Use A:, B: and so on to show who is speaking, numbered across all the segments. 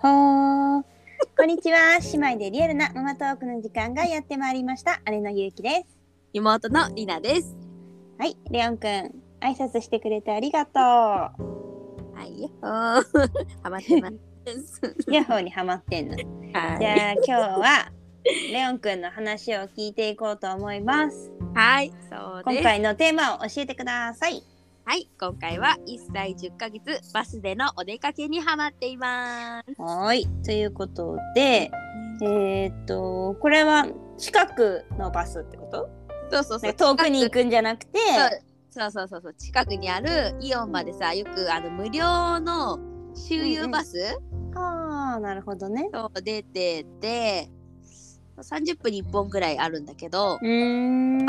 A: ほー。こんにちは。姉妹でリアルなママトークの時間がやってまいりました。姉のゆうきです。
B: 妹のりなです。
A: はい、レオンくん、挨拶してくれてありがと
B: はいよ。ハマってます。
A: う。ヤッホーにハマってんの。じ
B: は
A: ゃあ今日はレオンくんの話を聞いていこうと思います。
B: い。はい、そうです。
A: 今回のテーマを教えてください。
B: はい、今回は1歳10ヶ月バスでのお出かけにハマっています。
A: はーい、ということで、えーっとこれは近くのバスってこと？
B: そうそうそう。
A: 遠くに行くんじゃなくて、
B: そうそうそうそう。近くにあるイオンまでさ、よくあの無料の周遊バス、
A: ああなるほどね。
B: そう出てて、30分に1本ぐらいあるんだけど
A: う、ーん、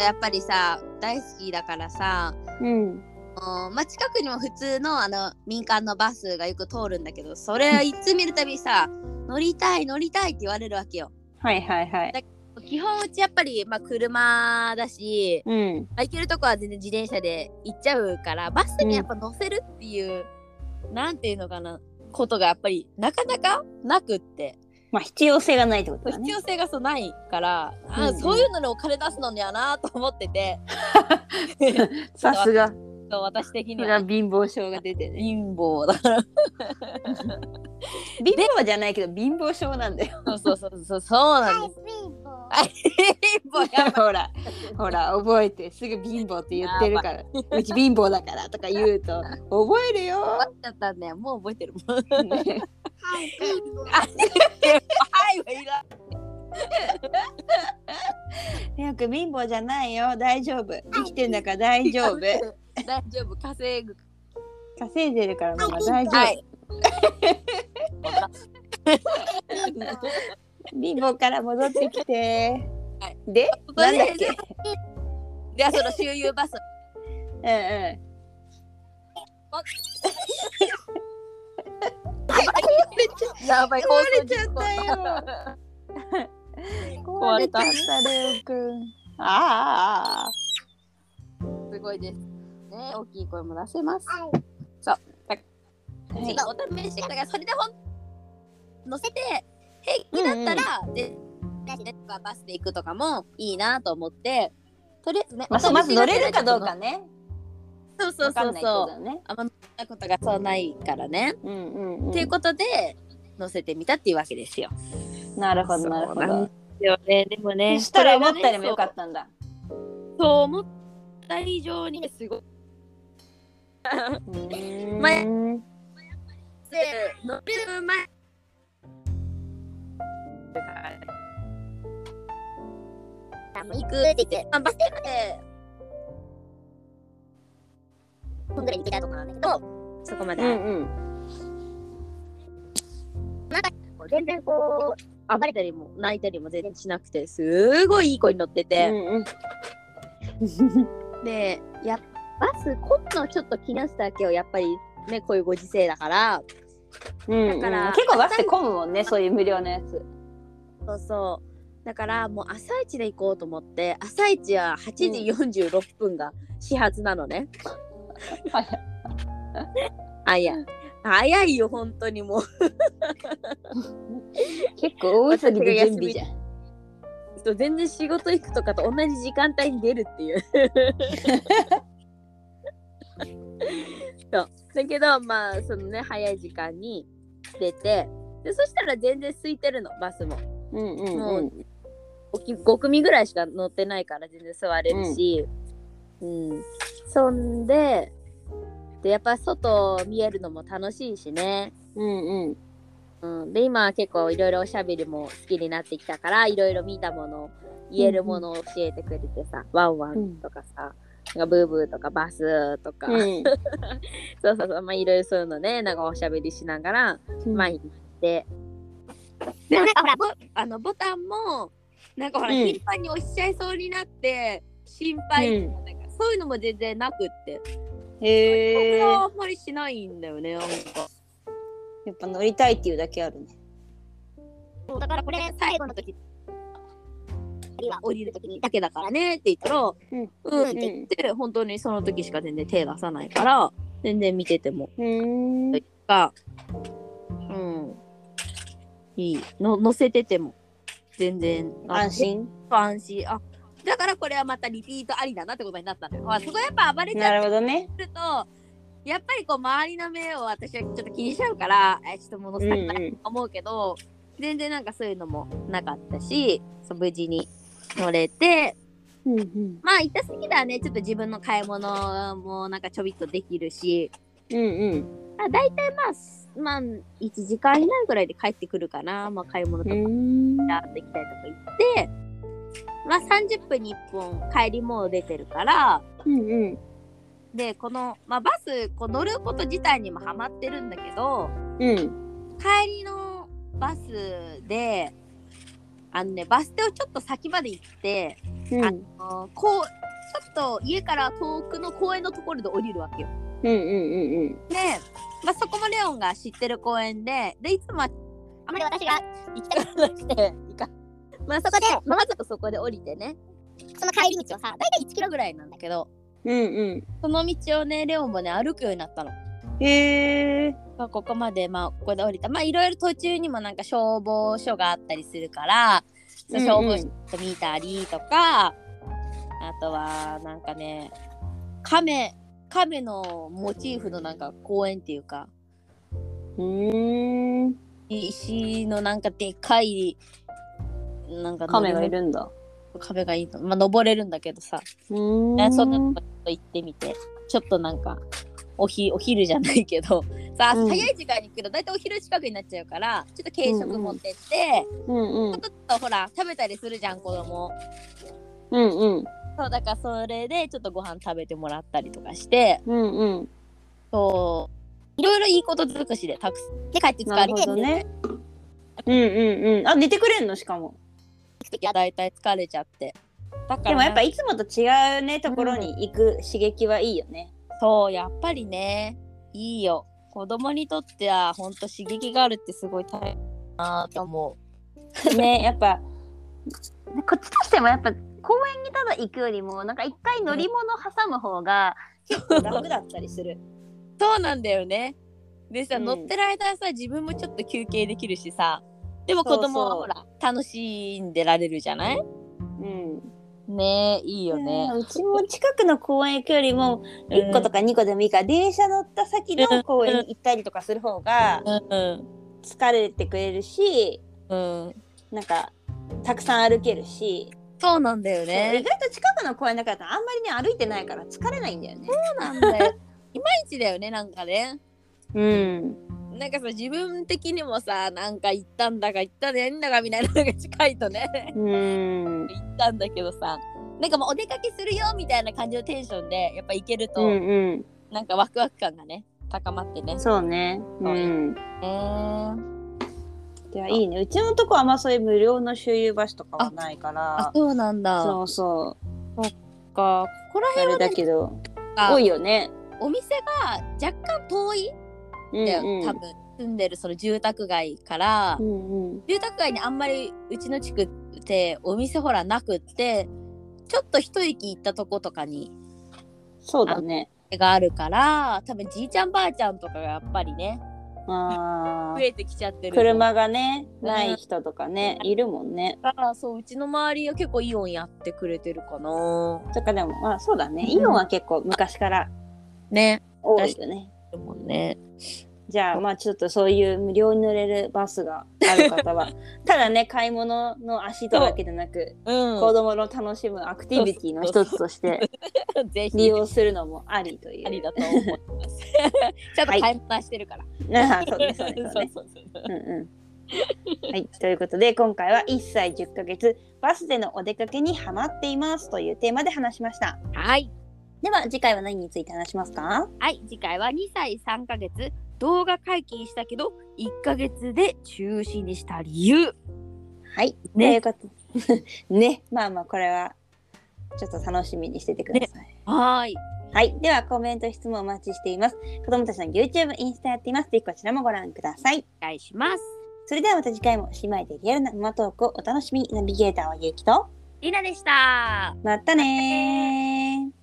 B: やっぱりさ、大好きだからさ、
A: うん、
B: あのまあ、近くにも普通のあの民間のバスがよく通るんだけどそれいつ見るたびさ 乗りたい乗りたいって言われるわけよ
A: はいはいはい。
B: 基本うちやっぱり、まあ、車だし、
A: うん、
B: まあ、行けるとこは全然自転車で行っちゃうからバスにやっぱ乗せるっていう、なんていうのかなことがやっぱりなかなかなくって
A: まあ必要性がないってことだね。
B: 必要性がそうないから、
A: うん
B: あ
A: うん
B: そういうのにお金出すのにはなと思って て
A: さすが、
B: そう私的に
A: それは
B: は
A: 貧乏症が出てる。
B: 貧乏だから
A: 貧乏じゃないけど貧乏症なんだよ。
B: そうそうそうそうそうなんです。はい、貧乏。やば
A: ほらほら覚えてすぐ貧乏って言ってる からうち貧乏だからとか言うと覚える
B: い。。終
A: よ
B: わっちゃったんだよ。もう覚えてるもん。はい、
A: ね
B: はいらん。
A: レオくん貧乏じゃないよ大丈夫生きてんだから大丈夫
B: 大丈夫、稼ぐ。
A: 稼いでるからママ大丈夫、
B: はい。
A: 貧乏から戻ってきて、
B: はい
A: で
B: ここ
A: な
B: で
A: んだっけ
B: で、その周遊バス。
A: うんうん
B: やばい、
A: 壊れちゃったよ
B: よ。
A: 壊れちゃったレオくんああああ
B: すごいです。ね、大きい声も出せます。そう。だ
A: ああ
B: ち
A: は
B: ょ
A: い
B: っとお試しだから、それでほん。乗せて。平気だったら、で。バスで行くとかもいいなと思って。とりあえずね、
A: まあそうまず乗れるかどう
B: お試しがて
A: かね
B: そうそう
A: わか
B: そ
A: ん
B: う
A: ないけ
B: そう。
A: どね
B: あんま乗ったことがそうないからね。
A: うんうん、うん、
B: っていうことで乗せてみたっていうわけですよ。
A: なるほどなるほ
B: そうなん
A: ど
B: ですよね。でもね
A: そしたら思ったよりもよか
B: た。
A: ったんだ、
B: そう思った以上にすごく
A: うーん
B: まあて乗る前。行くって言って、まあ、バス停まで本ぐらい行けたとこなんだけどそこまで、
A: うんうん
B: 全然こう暴れたりも泣いたりも全然しなくてすごいいい子に乗ってて、
A: うんうん
B: でやバス混むのちょっと気にしたけどやっぱりねこういうご時世だから
A: うんうん
B: だから
A: 結構バスって混むもんねそういう無料のやつ
B: そうそうだからもう朝一で行こうと思って朝一は8時46分が始発なのね、
A: はい
B: あいや早いよ本当にもう
A: 結構大急ぎで準備じゃん
B: そう全然仕事行くとかと同じ時間帯に出るっていうそうだけどまあそのね早い時間に出てでそしたら全然空いてるのバスも
A: うんうん
B: も
A: うん
B: う5組ぐらいしか乗ってないから全然座れるし、うんそんででやっぱ外見えるのも楽しいしね、
A: うんうん
B: うん、で今は結構いろいろおしゃべりも好きになってきたからいろいろ見たもの言えるものを教えてくれてさ、ワンワンとかさ、なんかブーブーとかバスとか、
A: うん
B: そうそうそうまあいろいろそういうのねなんかおしゃべりしながら前に行って。でもなんかほらボあのボタンもなんかほら、
A: うん
B: 頻繁に押しちゃいそうになって心配とかなんか、そういうのも全然なくって、
A: へえ
B: 僕は
A: や
B: あんまりしないんだよねなんか。
A: っぱ乗りたいっていうだけあるね
B: だからこれ最後の時は降りる時にだけだからねって言ったら、うん、うんって言って本当にその時しか全然手出さないから全然見てても
A: うん
B: が、うん、いいの乗せてても全然
A: 安心
B: 安心あだからこれはまたリピートありだなってことになったんだよ、まあ、そこやっぱ暴れちゃ
A: な
B: っ
A: るほどね。
B: てるとやっぱりこう周りの目を私はちょっと気にしちゃうからえちょっと物
A: う
B: 足
A: んう
B: りない
A: ん。
B: 思うけど、全然なんかそういうのもなかったしそう無事に乗れて
A: うんうん。
B: まあ行った先ではねちょっと自分の買い物もなんかちょびっとできるし
A: うん
B: まあ大体まあすまあ1時間以内ぐらいで帰ってくるかな、まあ、買い物と
A: う
B: か
A: ん。
B: ダーッと行きたいとこ行って、まあ30分に1本帰りもう出てるから
A: うんうん。
B: でこの、まあ、バスこう乗ること自体にもハマってるんだけど
A: うん。
B: 帰りのバスであのねバス停をちょっと先まで行って
A: うん
B: あのこうちょっと家から遠くの公園のところで降りるわけよ。
A: うんうんうん
B: で、まあ、そこもレオンが知ってる公園ででいつもはあまり私が行きたくなくて行かまあそこで、まあ、まずそこで降りてねその帰り道をさ大体1キロぐらいなんだけど
A: うんうん
B: その道をねレオンもね歩くようになったの。
A: うん。へえ。
B: まあ、ここまでまあここで降りたまあいろいろ途中にもなんか消防署があったりするから、そう消防署と見たりとかあとはなんかね亀亀のモチーフのなんか公園っていうか
A: うん。
B: 石のなんかでっかいなんか
A: 亀がいるんだ。
B: 壁がいいのまあ登れるんだけどさ、
A: うん
B: ね、そんなとこちょっと行ってみてちょっとなんかおひお昼じゃないけどさ、
A: うん
B: 早い時間に行くけど大体お昼近くになっちゃうからちょっと軽食持ってって、
A: うんうん
B: ちょっとほら食べたりするじゃん子供
A: うんうん
B: そうだからそれでちょっとご飯食べてもらったりとかして
A: うんうん。
B: そういろいろいいこと尽くしでたくさんで帰って
A: な
B: 疲
A: る
B: れ
A: ほ
B: て
A: どね。うんうんうん。あ寝てくれんのしかも。
B: 大体疲れちゃってだから
A: でもやっぱいつもと違うねところに行く刺激はいいよね。
B: そうやっぱりねいいよ子供にとってはほんと刺激があるってすごい大変だなと思
A: ねやっぱこっちとしてもやっぱ公園にただ行くよりもなんか一回乗り物挟む方が結構楽だったりする。
B: うそうなんだよねでさ、
A: うん
B: 乗ってる間さ自分もちょっと休憩できるしさでも子供は
A: そうそ
B: ほ
A: う
B: ら楽しんでられるじゃない
A: うん。
B: ねえいいよね、
A: うちも近くの公園行くよりも
B: うん
A: 1個とか2個でもいいから、電車乗った先の公園に行ったりとかする方が
B: うん
A: 疲れてくれるし
B: うん
A: なんかたくさん歩けるし、
B: そうなんだよ
A: そう意
B: ね
A: 外と近くの公園だからとあんまりね歩いてないから疲れないんだよね。
B: そうなんだよ いまいちだよねなんかね
A: うん、
B: なんかさ自分的にもさなんか行ったんだか行ったねんだかみたいなのが近いとね
A: うん
B: 行ったんだけどさなんかもうお出かけするよみたいな感じのテンションでやっぱ行けると、
A: うん
B: なんかワクワク感がね高まってね。
A: そうね。うん。
B: えー、
A: いやいいね。うちのとこはあんまそういう無料の周遊バスとかはないか
B: あ
A: ら。
B: そうなんだ。そ
A: そうそう。
B: っかここら
A: あれ
B: 辺
A: だけど
B: は
A: 多
B: なんか
A: いよね。
B: お店が若干遠いん
A: うん
B: だよ、
A: うん
B: 多分住んでるその住宅街から、
A: うんうん。
B: 住宅街にあんまりうちの地区ってお店ほらなくってちょっと一息行ったとことかに
A: そうだね。
B: があるから多分じいちゃんばあちゃんとかがやっぱりね
A: あ
B: 増
A: ー
B: えてきちゃってる
A: 車がねない人とかねいるもんね。
B: あそううちの周りは結構イオンやってくれてるかな
A: とかでもまあそうだね。イオンは結構昔から
B: ね
A: 多いよね。
B: でもね
A: じゃあまあちょっとそういう無料に乗れるバスがある方は ただね買い物の足とだけでなく
B: うん
A: 子供の楽しむアクティビティの一つとして
B: ぜ
A: 利
B: ひ
A: 用するのもありとい
B: あ
A: う。
B: りだと思います ちゃんと買い物してるから、
A: あ あそうねそうねそうね。
B: そうそうそう
A: うんうんはい、ということで今回は1歳10ヶ月バスでのお出かけにハマっていますというテーマで話しました。
B: はい
A: では次回は何について話しますか
B: はい、次回は2歳3ヶ月動画解禁したけど1ヶ月で中止にした理由。
A: はい。
B: ね
A: ということ。 ね。まあまあこれはちょっと楽しみにしててください。
B: はーい。
A: はい。ではコメント質問お待ちしています。子供たちの YouTube、インスタやっています。ぜひこちらもご覧ください。
B: お願いします。
A: それではまた次回も姉妹でリアルなママトークをお楽しみにナビゲーターはゆうきと
B: りなでした。
A: またねー。